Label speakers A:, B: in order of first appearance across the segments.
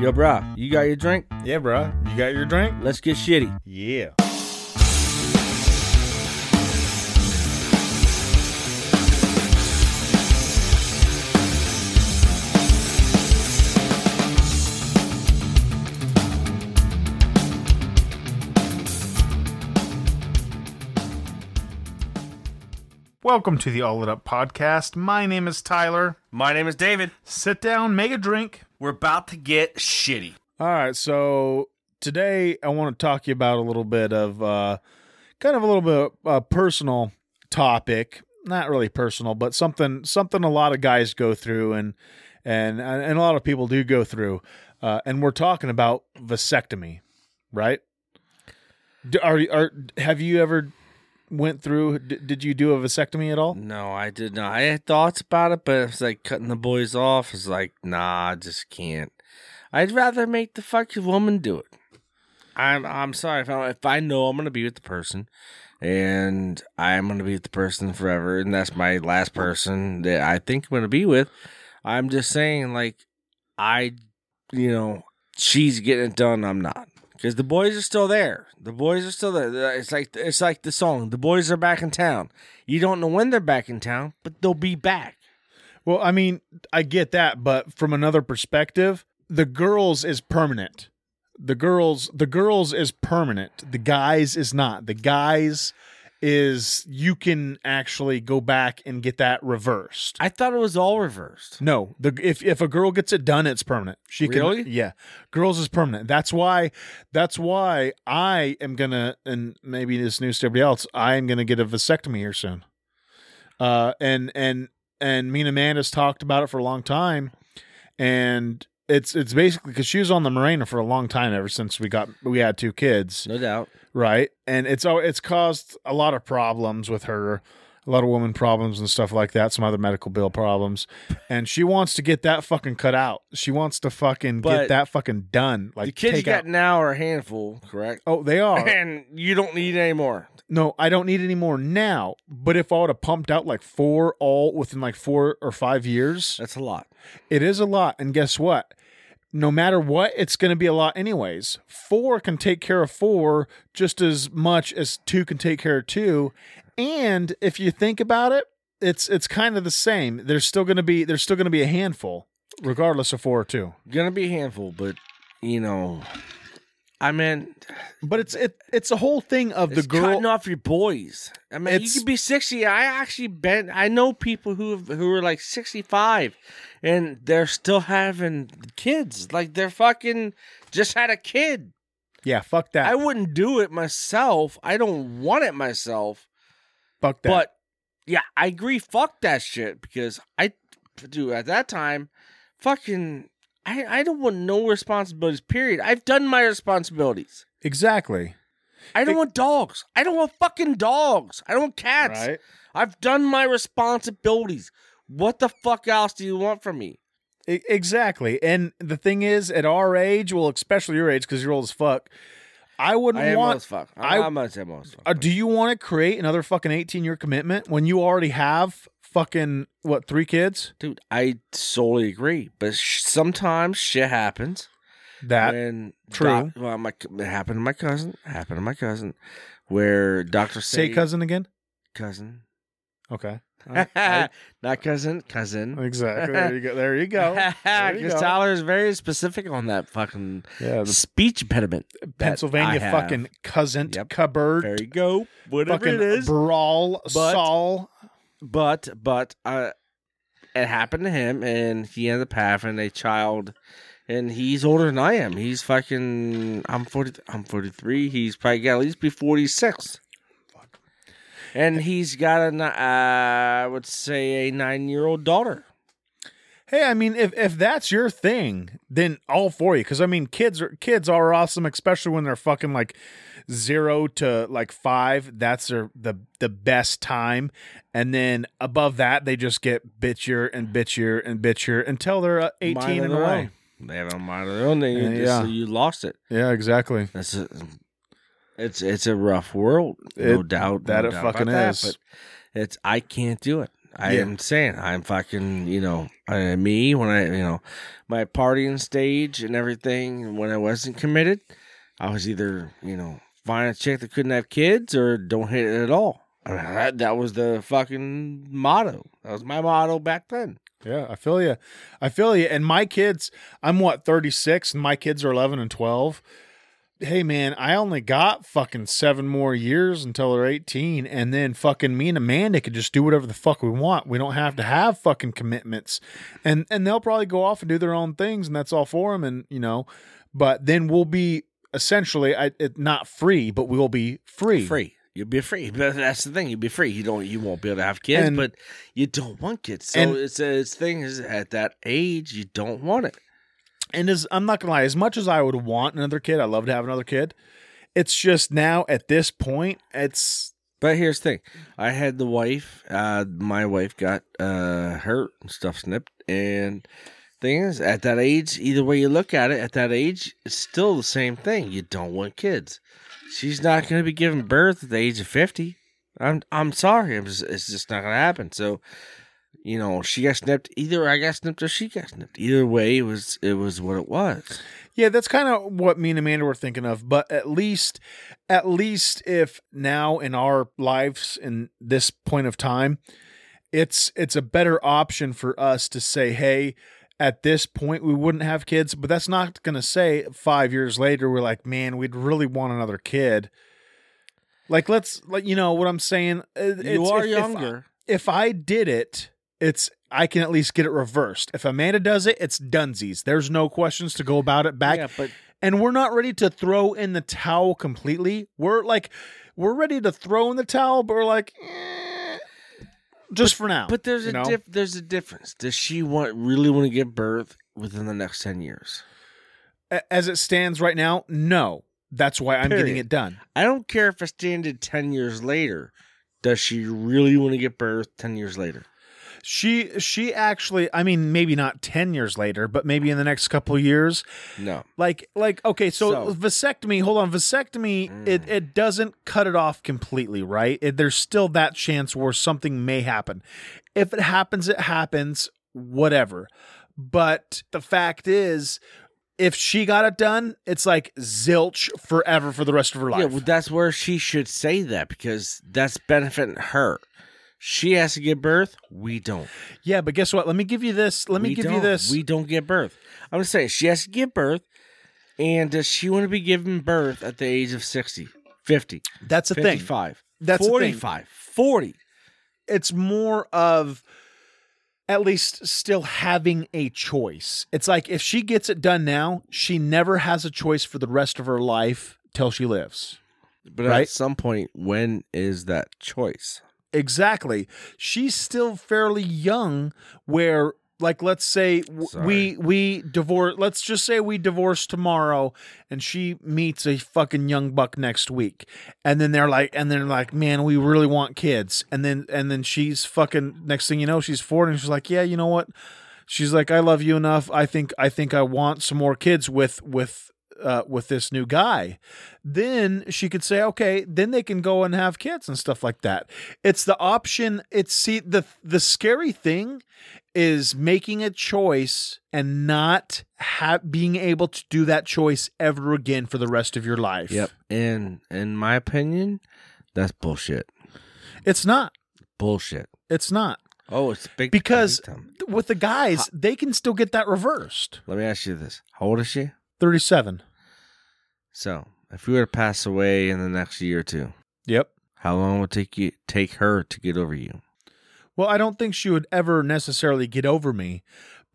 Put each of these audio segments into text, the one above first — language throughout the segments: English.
A: Yo, brah, you got your drink?
B: Yeah, bro. You got your drink?
A: Let's get shitty.
B: Yeah.
C: Welcome to the All It Up podcast. My name is Tyler.
D: My name is David.
C: Sit down, make a drink.
D: We're about to get shitty.
B: All right. So today I want to talk to you about a little bit of uh, kind of a little bit uh, personal topic. Not really personal, but something something a lot of guys go through, and and and a lot of people do go through. Uh, and we're talking about vasectomy, right? Do, are are have you ever went through? d- Did you do a vasectomy at all?
A: No, I did not. I had thoughts about it, but it's like cutting the boys off. It's like, nah, I just can't. I'd rather make the fucking woman do it. I'm I'm sorry if I if I know I'm gonna be with the person, and I'm gonna be with the person forever, and that's my last person that I think I'm gonna be with. I'm just saying, like, I, you know, she's getting it done. I'm not because the boys are still there. The boys are still there. Uh, It's like it's like the song. The boys are back in town. You don't know when they're back in town, but they'll be back.
B: Well, I mean, I get that, but from another perspective, the girls is permanent. The girls, the girls is permanent. The guys is not. The guys is you can actually go back and get that reversed.
A: I thought it was all reversed.
B: No, the if if a girl gets it done, it's permanent. She can,
A: Really?
B: yeah, girls is permanent. That's why, that's why I am gonna, and maybe this news to everybody else, I am gonna get a vasectomy here soon. Uh, and and and me and Amanda's talked about it for a long time, and it's it's basically because she was on the Marina for a long time ever since we got we had two kids,
A: No doubt.
B: right? And it's al- it's caused a lot of problems with her, a lot of woman problems and stuff like that, some other medical bill problems. And she wants to get that fucking cut out. She wants to fucking
A: But
B: get that fucking done. Like
A: the kids you
B: take
A: got
B: out-
A: now are a handful, correct?
B: Oh, they are.
A: And you don't need any more.
B: No, I don't need any more now. But if I would have pumped out like four all within like four or five years,
A: That's a lot.
B: it is a lot. And guess what? No matter what, it's going to be a lot anyways. Four can take care of four just as much as two can take care of two. And if you think about it, it's it's kind of the same. There's still going to be there's still going to be a handful, regardless of four or two.
A: Gonna be a handful, but you know, I mean,
B: But it's it it's a whole thing of
A: it's
B: the girl.
A: cutting off your boys. I mean,
B: It's-
A: you could be sixty. I actually been. I know people who who are like sixty five, and they're still having kids. Like they're fucking just had a kid.
B: yeah, fuck that.
A: I wouldn't do it myself. I don't want it myself.
B: fuck that.
A: But yeah, I agree. Fuck that shit because I do at that time. Fucking, I I don't want no responsibilities. Period. I've done my responsibilities.
B: exactly.
A: I don't
B: It-
A: want dogs. I don't want fucking dogs. I don't want cats.
B: Right.
A: I've done my responsibilities. What the fuck else do you want from me?
B: E- Exactly. And the thing is, at our age, well, especially your age, because you're old as fuck. I wouldn't
A: I am
B: want
A: old as fuck.
B: I-
A: I'm, I'm not saying I'm old as fuck.
B: Uh, do you want to create another fucking 18 year commitment when you already have fucking what three kids
A: Dude, I solely agree. But sh- sometimes shit happens.
B: that
A: when
B: true.
A: doc- well, my, it happened to my cousin. Happened to my cousin, where Doctor say
B: say cousin again
A: cousin,
B: okay
A: not cousin, cousin.
B: exactly there you go there you go There you
A: Because
B: go.
A: Tyler is very specific on that fucking
B: yeah the
A: speech impediment. that
B: pennsylvania
A: I have.
B: fucking cousin
A: Yep. There
B: cupboard
A: you go. Whatever
B: fucking
A: it is,
B: brawl
A: But-
B: saul
A: but but uh, it happened to him, and he ended up having a child, and he's older than I am. He's fucking I'm forty I'm forty three. He's probably got at least be forty six. And he's got a, ni- uh, I would say a nine year old daughter.
B: hey i mean if if that's your thing then all for you because i mean kids are kids are awesome especially when they're fucking like zero to like five that's their the the best time and then above that they just get bitchier and bitchier and bitchier until they're uh, 18
A: Mine of
B: and
A: their
B: away
A: own. They have a mind of their own. They,
B: Uh,
A: just-
B: yeah.
A: you lost it.
B: yeah exactly
A: That's a, it's it's a rough world, no
B: It-
A: doubt.
B: that
A: no
B: it
A: doubt about
B: fucking
A: that,
B: is.
A: but it's I can't do it. I
B: Yeah.
A: am saying I'm fucking, you know, I, me when I, you know, my partying stage and everything. When I wasn't committed, I was either, you know, find a chick that couldn't have kids or don't hit it at all. I mean, that, that was the fucking motto. That was my motto back then.
B: Yeah, I feel you. I feel you. And my kids, I'm what 36, and my kids are 11 and 12. Hey man, I only got fucking seven more years until they're 18, and then fucking me and Amanda can just do whatever the fuck we want. We don't have to have fucking commitments, and and they'll probably go off and do their own things, and that's all for them. And you know, but then we'll be essentially I, it, not free, but we will be free.
A: Free. You'll be free. But that's the thing. You'll be free. You don't. You won't be able to have kids,
B: And-
A: but you don't want kids. So
B: and-
A: it's a it's thing is at that age you don't want it.
B: and as I'm not gonna lie, as much as I would want another kid, I love to have another kid. It's just now at this point, it's
A: But here's the thing. I had the wife, uh, my wife got uh, hurt and stuff snipped. And thing is, at that age, either way you look at it, at that age, it's still the same thing. You don't want kids. She's not going to be giving birth at the age of 50. I'm I'm sorry. It's, it's just not going to happen. So, you know, she got snipped. Either I got snipped or she got snipped. Either way, it was it was what it was.
B: yeah, that's kind of what me and Amanda were thinking of. But at least, at least if now in our lives in this point of time, it's it's a better option for us to say, hey, at this point we wouldn't have kids. But that's not gonna say five years later we're like, man, we'd really want another kid. Like let's like you know what I'm saying. It-
A: you
B: it's-
A: are
B: if- if I-
A: younger.
B: if I did it, it's I can at least get it reversed. If Amanda does it, it's dunsies. There's no questions to go about it back.
A: yeah, but
B: And we're not ready to throw in the towel completely. We're like, we're ready to throw in the towel, but we're like, eh, just for now.
A: But there's
B: you
A: a
B: know?
A: diff- there's a difference. Does she want really want to give birth within the next ten years?
B: A- as it stands right now, no. That's why I'm getting
A: Period.
B: it done.
A: I don't care if I standed ten years later. Does she really want to give birth ten years later?
B: She she actually, I mean, maybe not ten years later, but maybe in the next couple of years,
A: No.
B: Like, like, okay, so,
A: So-
B: vasectomy. Hold on, vasectomy.
A: Mm.
B: It it doesn't cut it off completely, right? It, there's still that chance where something may happen. If it happens, it happens. Whatever. But the fact is, if she got it done, it's like zilch forever for the rest of her life.
A: Yeah, well, that's where she should say that because that's benefiting her. She has to give birth. We don't.
B: Yeah, but guess what? Let me give you this. Let me
A: We
B: give you
A: don't.
B: this.
A: We don't give birth. I'm just saying she has to give birth. And does she want to be given birth at the age of 60, 50,
B: That's the thing.
A: 55,
B: That's the thing.
A: 45, 40?
B: it's more of at least still having a choice. It's like if she gets it done now, she never has a choice for the rest of her life till she lives.
A: But
B: Right?
A: at some point, when is that choice?
B: Exactly. She's still fairly young where like let's say w- we
A: Sorry.
B: we divorce let's just say we divorce tomorrow and she meets a fucking young buck next week and then they're like and they're like man we really want kids and then and then she's fucking next thing you know she's 40 and she's like yeah you know what she's like i love you enough i think i think i want some more kids with with uh, with this new guy then she could say okay then they can go and have kids and stuff like that it's the option it's see the the scary thing is making a choice and not ha- being able to do that choice ever again for the rest of your life
A: And in my opinion, that's bullshit.
B: it's not
A: Bullshit.
B: it's not
A: Oh, it's big
B: Because-
A: big time.
B: with the guys they can still get that reversed
A: let me ask you this: How old is she?
B: 37
A: So, if you were to pass away in the next year or two,
B: yep
A: how long would it take you take her to get over you?
B: Well, I don't think she would ever necessarily get over me,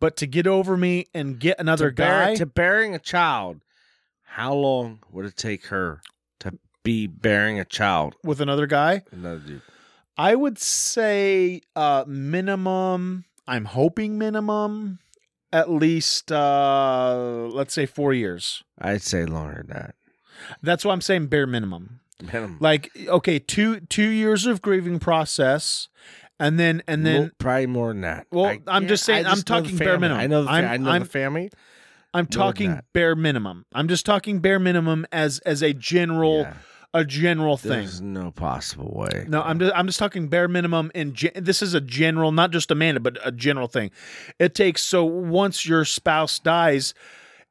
B: but to get over me and get another
A: to, bear-
B: guy,
A: to bearing a child, how long would it take her to be bearing a child?
B: with another guy,
A: Another dude.
B: I would say uh minimum, I'm hoping minimum at least uh let's say 4 years.
A: I'd say longer than that.
B: That's why I'm saying bare minimum.
A: Minimum.
B: Like okay, 2 2 years of grieving process and then and then
A: Mo- probably more than that.
B: Well,
A: I
B: I'm just
A: can't-
B: saying-
A: I
B: I'm
A: know the
B: talking bare
A: family.
B: minimum.
A: I know the, fa-
B: I'm-
A: I know
B: I'm-
A: the family.
B: I'm
A: than
B: talking
A: that.
B: bare minimum. I'm just talking bare minimum as as a general
A: Yeah.
B: a general thing.
A: There's no possible way.
B: No, I'm just I'm just talking bare minimum. In gen- this is a general, not just Amanda, but a general thing. It takes so once your spouse dies,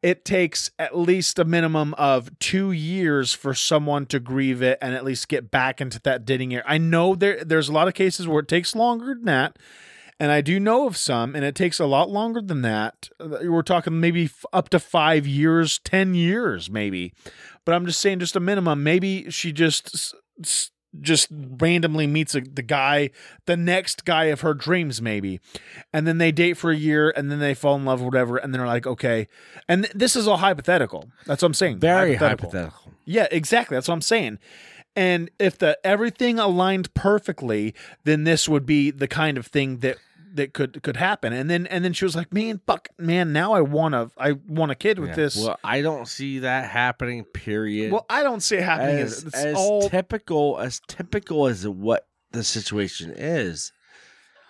B: it takes at least a minimum of two years for someone to grieve it and at least get back into that dating year. I know there there's a lot of cases where it takes longer than that. And I do know of some, and it takes a lot longer than that. Uh, We're talking maybe f- up to five years, 10 years, maybe. But I'm just saying, just a minimum. Maybe she just s- s- just randomly meets a, the guy, the next guy of her dreams, maybe. And then they date for a year and then they fall in love, or whatever. And they're like, okay. And th- this is all hypothetical. That's what I'm saying.
A: Very hypothetical.
B: Yeah, exactly. That's what I'm saying. And if the everything aligned perfectly, then this would be the kind of thing that that could could happen. And then and then she was like, "Man, fuck, man, now I want a I want a kid with
A: Yeah.
B: this." Well,
A: Well, I don't see that happening. Period.
B: I don't see it happening.
A: as,
B: it's
A: as
B: all
A: typical as typical as what the situation is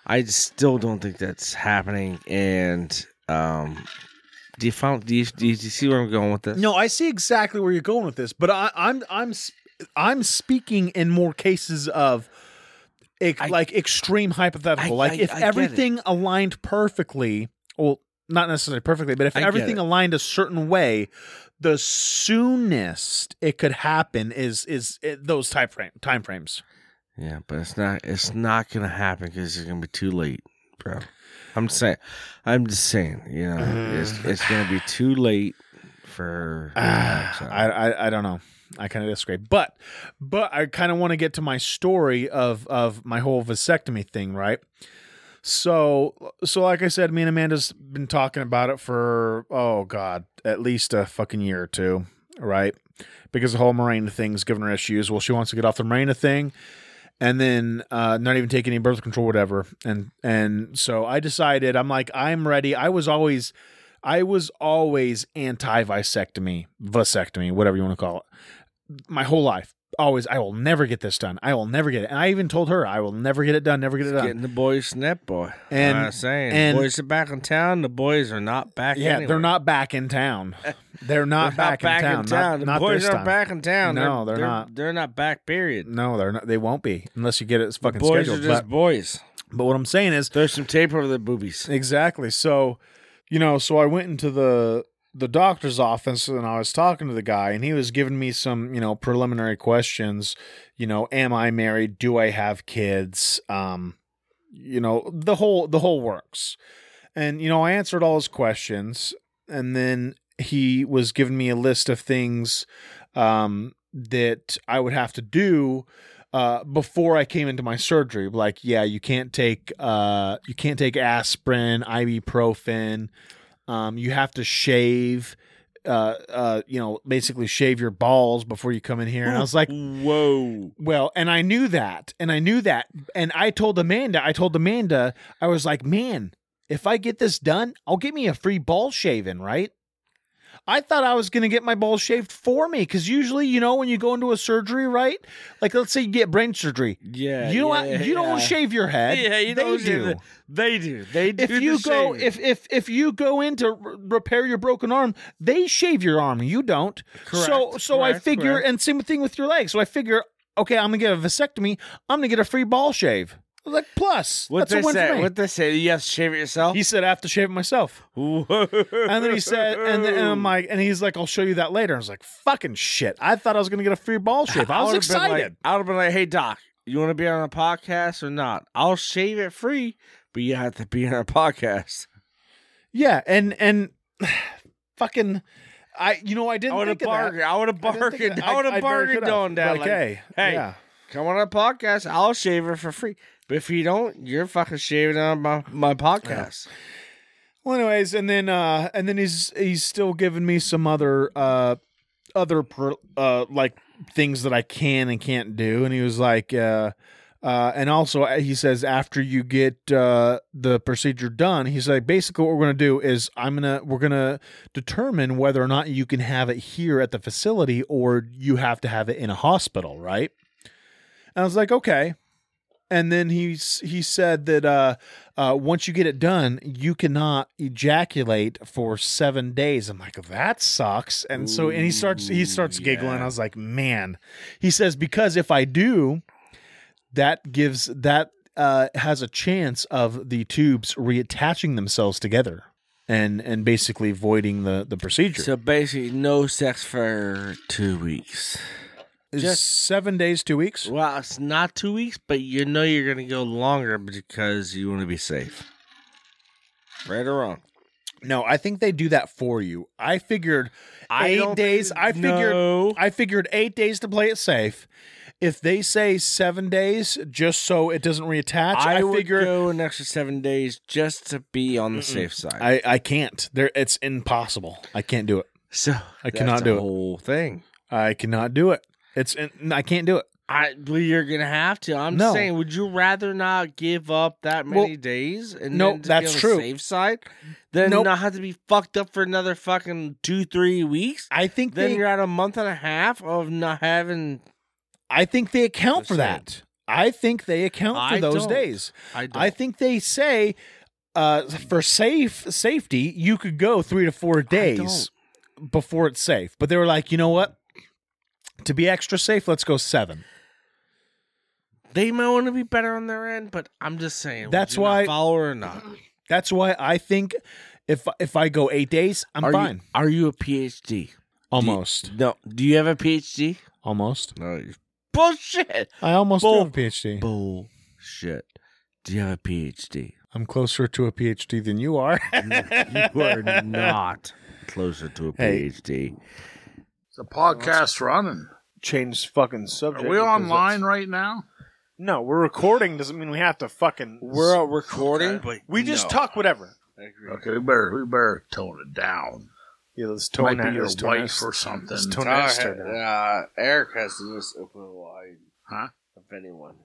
A: i just still don't think that's happening and um do you found do you, do you see where i'm going with this
B: no. I see exactly where you're going with this, but I, I'm I'm s- I'm speaking in more cases of. ex-
A: I-
B: like extreme hypothetical.
A: I-
B: like
A: I-
B: if
A: I get it.
B: everything aligned perfectly, well, not necessarily perfectly, but if
A: I get
B: everything
A: it.
B: aligned a certain way, the soonest it could happen is is it, those time frame time frames.
A: yeah but it's not it's not gonna happen because it's gonna be too late bro i'm saying i'm just saying you know
B: Mm.
A: it's, it's gonna be too late for so-
B: I, I I don't know. I kind of disagree, but but I kind of want to get to my story of of my whole vasectomy thing, right? So so like I said, me and Amanda's been talking about it for oh god, at least a fucking year or two, right? Because the whole Miranda thing's giving her issues. Well, she wants to get off the Miranda thing, and then uh, not even take any birth control, whatever. And and so I decided I'm like I'm ready. I was always, I was always anti vasectomy, vasectomy, whatever you want to call it, my whole life. Always, I will never get this done. I will never get it. And I even told her I will never get it done. Never get it done.
A: Getting the boys snap boy.
B: And-
A: I'm saying
B: and-
A: boys are back in town. The boys are not back.
B: Yeah,
A: anywhere.
B: they're not back in town. They're not,
A: They're
B: back, in town. Not,
A: the
B: not
A: boys
B: this
A: aren't
B: time.
A: back in town.
B: No, they're not.
A: They're not back. Period.
B: No, they're not. They won't be unless you get it fucking
A: boys
B: scheduled.
A: are just
B: but,
A: boys.
B: but what I'm saying is
A: There's some tape over their boobies.
B: exactly. So, you know, so I went into the the doctor's office and I was talking to the guy and he was giving me some, you know, preliminary questions. You know, am I married? Do I have kids? Um, you know, the whole the whole works. And you know, I answered all his questions and then he was giving me a list of things um, that I would have to do uh, before I came into my surgery. Like, yeah, you can't take uh, you can't take aspirin, ibuprofen. Um, you have to shave. Uh, uh, you know, basically shave your balls before you come in here. And I was like,
A: whoa.
B: well, and I knew that, and I knew that, and I told Amanda, I told Amanda, I was like, man, if I get this done, I'll get me a free ball shaving, right? I thought I was gonna get my balls shaved for me, because usually, you know, when you go into a surgery, right? Like, let's say you get brain surgery,
A: Yeah.
B: you don't
A: yeah,
B: you
A: yeah.
B: don't shave your head.
A: Yeah, you
B: they
A: don't
B: do.
A: shave the- They do. They do.
B: If
A: the
B: you go,
A: shaving.
B: if if if you go in to r- repair your broken arm, they shave your arm. You don't. So
A: Correct,
B: so I
A: correct,
B: figure,
A: correct.
B: and same thing with your leg. So I figure, okay, I'm gonna get a vasectomy. I'm gonna get a free ball shave. I was Like plus,
A: what
B: that's a
A: they
B: win for
A: say?
B: me.
A: What they say? You have to shave it yourself.
B: he said, I have to shave it myself.
A: Whoa.
B: And then he said, and, then, and I'm like, and he's like, I'll show you that later. I was like, fucking shit. I thought I was gonna get a free ball shave. I was
A: would've been like-
B: excited.
A: I would have been like, "Hey doc, you want to be on a podcast or not? I'll shave it free, but you have to be on a podcast."
B: Yeah, and and fucking, I you know I didn't
A: I would have
B: think of that.
A: bargained. I would have
B: I didn't think of
A: bargained.
B: that.
A: I would have
B: very
A: bargained
B: could have.
A: on that.
B: Like,
A: Like,
B: hey,
A: hey,
B: yeah.
A: come on a podcast. I'll shave it for free. But if you don't, you're fucking shaving on my, my podcast.
B: Well, anyways, and then uh, and then he's he's still giving me some other uh, other per, uh, like things that I can and can't do, and he was like, uh, uh, and also uh, he says after you get uh, the procedure done, he's like, basically what we're gonna do is I'm gonna we're gonna determine whether or not you can have it here at the facility or you have to have it in a hospital, right? And I was like, okay. and then he s- he said that uh, uh, once you get it done, you cannot ejaculate for seven days. I'm like, that sucks. And so and he starts he
A: Ooh,
B: starts giggling.
A: yeah.
B: I was like, man. He says because if I do, that gives that uh, has a chance of the tubes reattaching themselves together and and basically voiding the the procedure.
A: So basically, no sex for two weeks.
B: Is
A: just-
B: seven days, two weeks.
A: Well, it's not two weeks, but you know you're gonna go longer because you want to be safe. Right or wrong?
B: No, I think they do that for you. I figured
A: I
B: eight
A: don't
B: days. I figured
A: know.
B: I figured eight days to play it safe. If they say seven days, just so it doesn't reattach, I,
A: I, would
B: figure
A: go an extra seven days just to be on the safe side.
B: I, I can't. There, it's impossible. I can't do it.
A: so
B: I cannot do it.
A: The whole thing.
B: I cannot do it. It's in- I can't do it.
A: I well, you're gonna have to. I'm
B: No.
A: saying, would you rather not give up that
B: Well,
A: many days and
B: no,
A: then to
B: that's
A: be on
B: true.
A: the safe side, then
B: Nope.
A: not have to be fucked up for another fucking two three weeks?
B: I think
A: Then
B: they,
A: you're at a month and a half of not having.
B: I think they account for
A: Just saying.
B: that. I think they account for
A: I
B: those
A: don't.
B: days.
A: I don't.
B: I think they say uh, for safe safety, you could go three to four days before it's safe. But they were like, you know what? To be extra safe, let's go seven.
A: they might want to be better on their end, but I'm just saying. would
B: That's
A: you not
B: why-
A: follow or not.
B: That's why I think if if I go eight days, I'm
A: are
B: fine.
A: You, are you a PhD?
B: almost,
A: No. Do you have a PhD?
B: almost.
A: No. you- Bullshit.
B: I almost
A: Bull-
B: do have a PhD.
A: Bullshit. Do you have a PhD?
B: I'm closer to a PhD than you are.
A: you are not closer to a
B: Hey.
A: PhD.
E: Is the podcast running?
F: change fucking subject.
E: Are we
F: because
E: online
F: that's-
E: right now?
F: No, we're recording. Doesn't mean we have to fucking.
A: We're recording.
F: we just talk whatever.
E: Okay, we better we better tone it down.
F: Yeah, let's
E: Might
F: tone
E: be
F: that.
E: your
F: Let's tone
E: wife
F: that-
E: or something.
F: let's tone that straight down.
A: uh, Eric has the most open wide
E: Huh?
A: of anyone.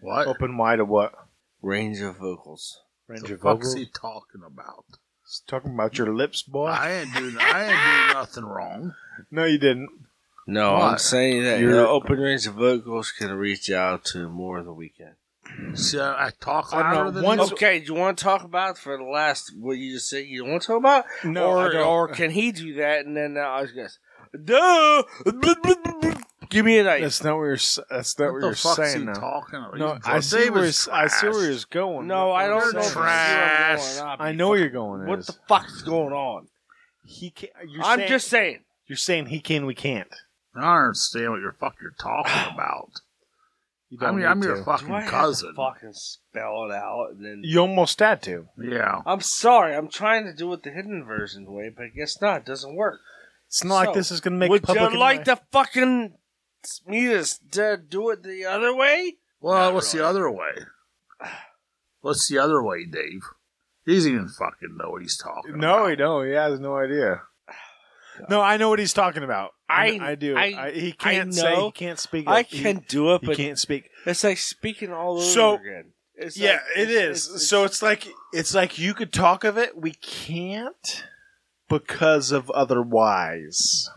E: What?
F: Open wide of what?
A: Range of vocals.
E: the
F: Range of
E: fuck's
F: vocals.
E: he talking about?
F: He's Talking about your lips, boy.
E: I ain't do I ain't do nothing wrong.
F: no, you didn't.
A: No, I'm
E: What?
A: saying that
F: You're-
A: the open range of vocals can reach out to more of the weekend.
E: See, I, I talk
F: I don't
E: louder
F: know,
E: than
F: once-
E: you.
A: Okay, do you want to talk about for the last what you just said? You want to talk about,
F: No,
A: or
F: I don't.
A: or can he do that? And then uh, I was gonna, say, duh, give me an ice.
F: That's not what you're. s- That's not what,
E: What
F: you're
E: the fuck's
F: saying.
E: he
F: now.
E: talking about?
F: No,
E: He's-
F: I see
E: David's
F: where he's, I see where
E: trash.
F: he's going.
A: No, I
F: What
A: don't
F: I'm
A: know. if
F: saying
E: trash.
A: you are going
F: is-
A: on.
F: I know where you're going.
A: What
F: is.
A: the fuck's going on?
F: he can, you're
A: I'm
F: saying,
A: just saying.
F: You're saying he can. We can't.
E: I don't understand what you're fuck you're talking about.
F: You
E: I
F: don't
E: mean,
F: need
E: I'm
F: to.
E: your
A: Do I
E: fucking
A: have
E: cousin.
A: To fucking spell it out and then.
F: You almost had to.
E: Yeah.
A: I'm sorry. I'm trying to do it the hidden version way, but I guess not. It doesn't work.
F: It's not
A: So,
F: like this is gonna make.
A: Would
F: public
A: you like
F: anyway.
A: to fucking me to, s- to do it the other way?
E: Well,
A: Not
E: what's the
A: really.
E: other way? What's the other way, Dave? He doesn't even fucking know what he's talking about.
F: No, he don't. He has no idea. No, I know what he's talking about. I
A: I-
F: I, do.
A: I-
F: I, he
A: I
F: can't say.
A: know.
F: He can't speak.
A: I
F: it. He-
A: can do it,
F: He,
A: but
F: can't speak.
A: it's like speaking all over
F: So-
A: again. It's
F: yeah,
A: like-
F: it
A: it's-
F: is. so it's like it's like you could talk of it. We can't because of otherwise.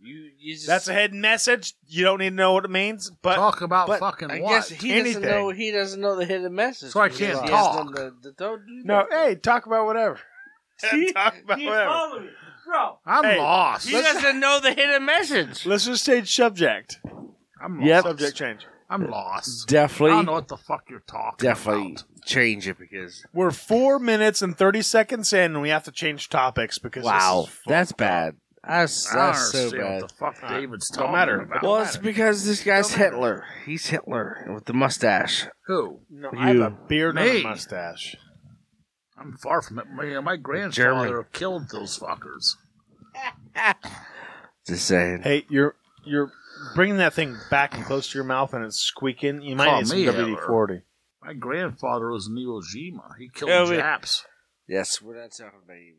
A: you, you just,
F: That's a hidden message. You don't need to know what it means, but
E: Talk about
F: but
E: fucking
A: I
E: what?
A: guess he doesn't
F: Anything.
A: know. He doesn't know the hidden message.
E: So I
A: because
E: can't
A: he has
E: talk.
A: nothing to- to- don't do
F: no.
A: that.
F: Hey, talk about whatever.
A: See?
F: talk about
A: You
F: whatever.
A: follow me. bro.
E: I'm
F: Hey,
E: lost.
A: He doesn't know the hidden message.
F: Let's just change subject.
E: I'm
A: Yep.
E: lost.
F: Subject change.
E: I'm lost. I don't know
A: Definitely,
E: what the fuck you're talking
A: definitely
E: about.
A: change it because
F: We're four minutes and thirty seconds in, and we have to change topics because this
A: wow,
F: is fucked
A: that's
F: up.
A: bad. That's
E: I don't
A: that's so
E: understand
A: bad.
E: what the fuck David's
F: don't
E: talking
F: matter.
E: about.
A: Well, it's because this guy's Hitler. He's Hitler with the mustache.
E: Who?
F: No, I have
A: You.
F: a beard and
E: Me.
F: a mustache.
E: I'm far from it. My, my grandfather killed those fuckers.
A: Just saying.
F: Hey, you're you're bringing that thing back and close to your mouth, and it's squeaking. You might
E: Call
F: need some
E: me
F: WD forty.
E: My grandfather was in Iwo Jima. He killed
A: Yeah, we-
E: Japs.
A: Yes, we're not talking about you.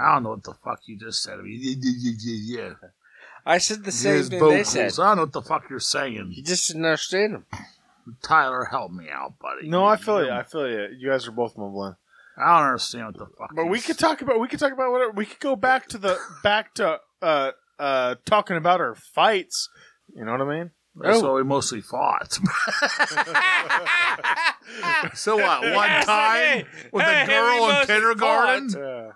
E: I don't know what the fuck you just said. I mean, yeah, yeah, yeah, yeah, yeah.
A: I said the same
E: His
A: thing they
E: vocals.
A: said.
E: I don't know what the fuck you're saying.
A: You just didn't understand him.
E: Tyler, help me out, buddy.
F: No, I feel you. I feel you. You guys are both mumbling.
E: I don't understand what the fuck.
F: But we
E: he's-
F: could talk about we could talk about whatever. We could go back to the back to uh uh talking about our fights. You know what I mean?
E: That's what we mostly fought. so what? One time with
A: Hey,
E: a girl
A: we
E: in
A: mostly
E: kindergarten?
F: Yeah.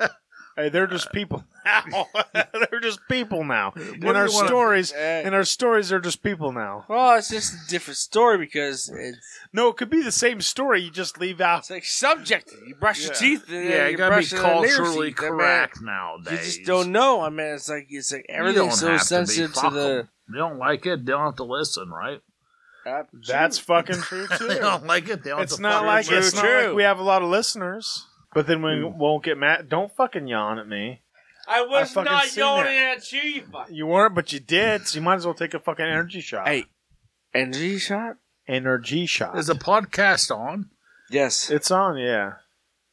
F: uh, hey, they're just people now. they're just people now.
E: do
F: in our
E: you wanna-
F: stories,
A: Eh.
F: in our stories, they're just people now.
A: Well, it's just a different story because it's,
F: No, it could be the same story. You just leave out.
A: it's like subjective. You brush your teeth. And,
E: Yeah,
A: you
E: you gotta be
A: brush another neighbor's
E: culturally
A: teeth. I mean,
E: correct nowadays.
A: You just don't know. I mean, it's like it's like everything's so sensitive to, the.
E: They don't like it. They don't have to listen, right?
F: That's fucking true
E: they
F: too.
E: don't like it. They don't.
F: it's
E: have to
F: not
E: fucking
F: like
E: listen.
F: it's not
A: True.
F: like we have a lot of listeners. But then we won't get mad. Don't fucking yawn at me.
A: I
F: was fucking not seen yawning
A: at you.
F: You weren't, but you did. So you might as well take a fucking energy shot.
A: Hey, energy shot?
F: energy shot.
E: Is the podcast on?
A: Yes,
F: It's on, yeah.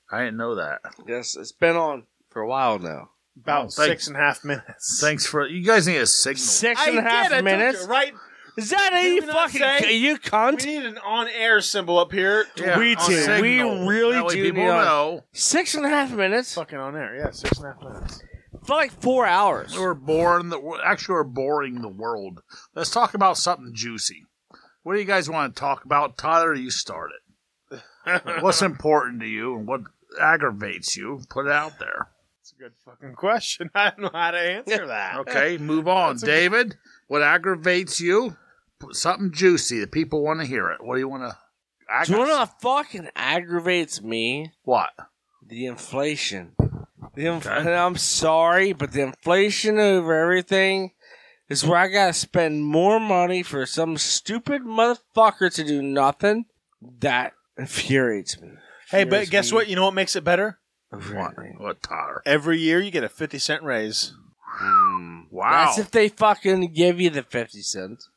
E: I didn't know that.
A: yes, it's been on for a while now.
F: About
E: Oh, thank-
F: six and a half minutes.
E: Thanks for you guys need a signal.
A: Six and a half minutes.
F: right?
A: Is that
F: we
A: any
F: not
A: fucking?
F: say-
A: Are you
F: We
A: cunt?
F: need an on-air symbol up here.
E: Yeah,
A: we
E: a
A: do. We
E: signal.
A: really
E: That way
A: do
E: People
A: need a-
E: know
A: Six and a half minutes
F: Fucking on air, yeah. Six and a half minutes.
A: for like four hours.
E: we're boring. The actually we're boring the world. Let's talk about something juicy. What do you guys want to talk about, Tyler? You start it. What's important to you, and what aggravates you? Put it out there.
F: It's a good fucking question. I don't know how to answer that.
E: Okay, move on. David, what aggravates you? Put Something juicy that people want to hear it. What do you want to? I
A: Do you
E: got
A: know what fucking aggravates me?
E: what?
A: The inflation. The inf- I'm sorry, but the inflation over everything is where I gotta spend more money for some stupid motherfucker to do nothing. That infuriates me.
F: Hey, but guess what? You know what makes it better?
E: What? What, Tyler?
F: Every year you get a fifty cent raise.
E: Wow.
A: That's if they fucking give you the fifty cents.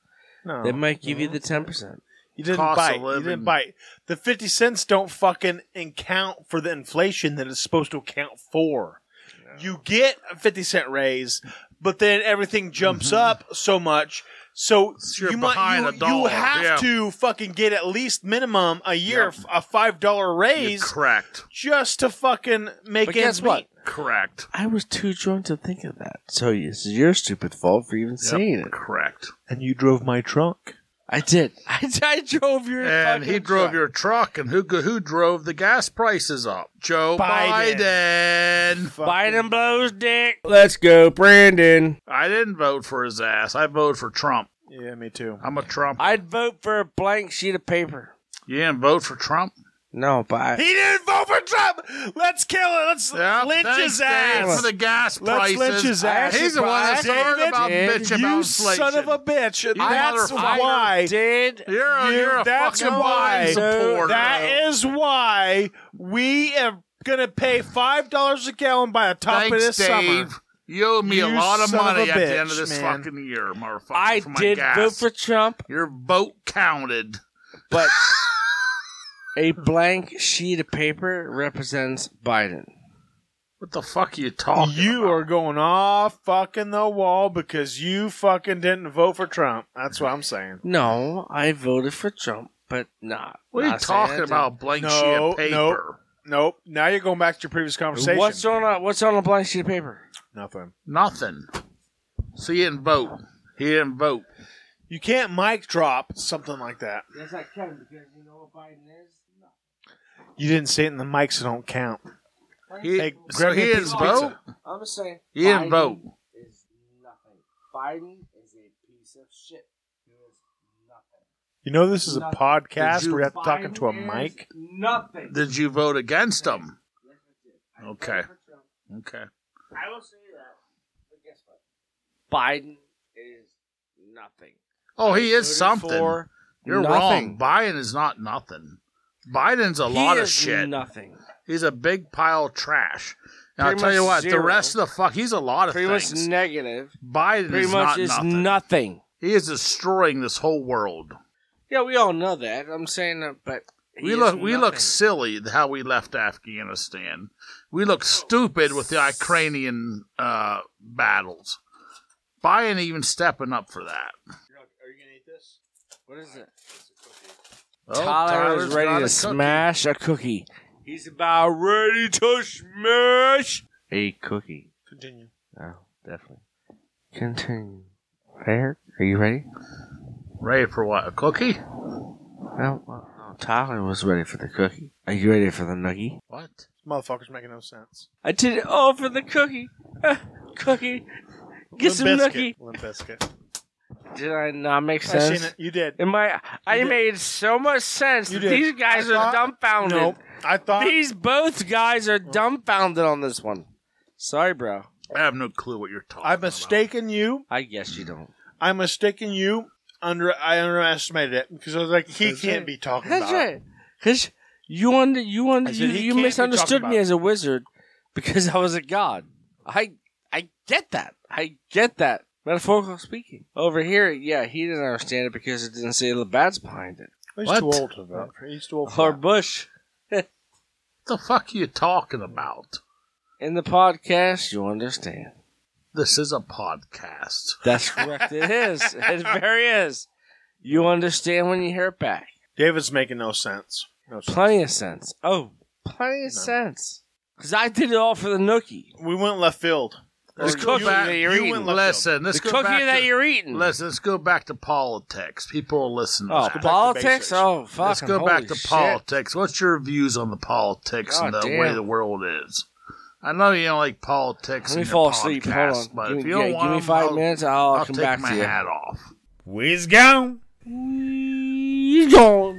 F: No,
A: They might give you the ten percent.
F: you didn't
E: Cost of
F: bite. You
E: living.
F: didn't bite. The fifty cents don't fucking account for the inflation that it's supposed to account for. You get a fifty cent raise, but then everything jumps up so much. So
E: You're
F: you might
E: Mm-hmm. behind
F: you,
E: a dollar,
F: you have
E: yeah.
F: to fucking get at least minimum a year
E: Yep.
F: f- a five dollar
E: You're
F: raise
E: correct.
F: just to fucking make
A: But
F: ends
A: guess what?
F: meet.
E: Correct.
A: I was too drunk to think of that. So it's your stupid fault for even saying it.
E: Correct.
F: And you drove my trunk.
A: I did. I, I drove your.
E: And he
A: fucking
E: drove
A: truck.
E: your truck, and who who drove the gas prices up? Joe
F: Biden.
E: Biden.
A: Biden blows dick. Let's go, Brandon.
E: I didn't vote for his ass. I voted for Trump.
F: Yeah, me too.
E: I'm a Trump.
A: I'd vote for a blank sheet of paper.
E: you didn't vote for Trump?
A: No, but I,
F: He didn't vote for Trump. Let's kill it. Let's lynch
E: thanks,
F: his
E: Dave,
F: ass.
E: for the gas
F: Let's
E: prices.
F: lynch his ass.
E: He's the one that
F: Surprise,
E: started
F: David.
E: about
A: Did
E: bitch about
F: You
E: inflation.
F: son of a bitch. that's
E: motherfucker.
F: why.
A: did.
E: You're a,
F: You-
E: you're a
F: that's
E: fucking
F: why.
E: Biden supporter.
F: That is why we are going to pay $5 a gallon by the top
E: Thanks,
F: of this
E: Dave.
F: summer.
E: You owe me a
F: You
E: lot of
F: son of
E: money
F: a
E: at the end
F: bitch,
E: of this
F: man.
E: fucking year, motherfucker.
A: I
E: for Oh my
A: did
E: gas.
A: vote for Trump,
E: Your vote counted.
A: but a blank sheet of paper represents Biden.
E: What the fuck are you talking
F: You
E: about?
F: are going off fucking the wall because you fucking didn't vote for Trump. That's what I'm saying.
A: No, I voted for Trump, but not.
E: What are you
A: not saying I
E: talking
A: didn't.
E: about? Blank
F: No,
E: sheet of paper.
F: nope. Nope. Now you're going back to your previous conversation.
A: What's on a What's on a blank sheet of paper?
F: Nothing.
E: Nothing. So he didn't vote. He didn't vote.
F: You can't mic drop something like that.
A: Yes, I can because you know what Biden is.
F: You didn't say it in the mic, so don't count.
E: He,
F: Hey,
E: so
F: grab
E: he
F: me a
E: didn't
F: piece of
E: vote.
F: pizza.
A: I'm just saying.
E: He didn't vote.
A: Is nothing. Biden is a piece of shit. He is nothing.
F: You know this is a
A: Nothing.
F: podcast
E: Did you
F: where you have to talk into a mic.
A: Nothing.
E: Did you vote against him? Okay. Okay.
A: I will say that. But guess what? Biden is nothing.
E: Oh, he is something.
A: For
E: You're
A: nothing.
E: wrong. Biden is not nothing. Biden's a lot
A: he
E: of
A: is
E: shit.
A: Nothing.
E: He's a big pile of trash. And I'll
A: Pretty
E: tell you
A: much
E: what, the
A: zero.
E: rest of the fuck, he's a lot of
A: Pretty
E: things.
A: much negative.
E: Biden
A: Pretty
E: is
A: much
E: not
A: is
E: nothing.
A: nothing.
E: he is destroying this whole world.
A: Yeah, we all know that. I'm saying that, but he
E: We
A: is
E: look we look
A: nothing.
E: silly how we left Afghanistan. We
A: Oh.
E: look stupid with the Ukrainian uh, battles. Biden even stepping up for that.
A: What is it? Tyler
E: Well, Oh, Tyler's
A: is ready
E: got
A: to
E: a cookie.
A: smash Oh, a cookie. He's about ready to smash a cookie.
F: Continue.
A: Oh, definitely. Continue. Eric, are you ready?
E: Ready for what? A cookie?
A: No, well, no, Tyler was ready for the cookie. Are you ready for the noogie?
E: What?
F: Motherfuckers making no sense.
A: I did it all for the cookie. Ah, cookie. Get some
F: Limp
A: nookie.
F: Bizkit. Limp Bizkit.
A: Did I not make
F: I
A: sense?
F: seen it. You did.
A: Am I? I
F: You did.
A: made so much sense.
F: You
A: that
F: did.
A: These guys
F: I
A: are
F: thought-
A: dumbfounded.
F: Nope. I thought
A: These both guys are dumbfounded on this one. Sorry, bro.
E: I have no clue what you're talking
F: I mistaken you.
A: I guess you don't.
F: I mistaken you. Under I underestimated it because I was like, he can't be talking
A: That's
F: about. it.
A: right. Because you under, you under,
F: I
A: you,
F: said he
A: you
F: can't be
A: misunderstood
F: talking
A: me
F: about
A: as a wizard because I was a god. I I get that. I get that. Metaphorical speaking. Over here, yeah, he didn't understand it because it didn't say the bats behind it.
F: He's
E: What?
F: too old for that. He's too old
A: Or
F: for that.
A: Bush.
E: What the fuck are you talking about?
A: In the podcast, you understand.
E: This is a podcast.
A: That's correct. it is. It very is. You understand when you hear it back.
F: David's making no sense. No sense.
A: Plenty of sense. Oh, plenty of sense. Because I did it all for the nookie.
F: We went left field.
E: Let's
A: Or
E: go
A: you-
E: back.
A: that you're
E: you
A: eating.
E: went listen, let's
A: The
E: go
A: cookie
E: back.
A: that
E: to,
A: you're eating.
E: Let's let's go back to politics. People listen. To
A: oh,
E: that.
F: go back to
A: politics?
F: basics.
A: Oh, fuck.
E: let's go back to politics. What's your views on the politics and
A: God
E: the
A: damn.
E: way the world is? I know you don't like politics.
A: Let me
E: in your
A: fall asleep.
E: podcast,
A: Hold on.
E: But
A: give
E: if
A: me,
E: you don't
A: yeah,
E: want
A: give me
E: them,
A: five
E: I'll,
A: minutes. I'll,
E: I'll
A: come
E: take
A: back
E: my
A: to you.
E: hat off.
C: Whiz gone.
A: He's gone.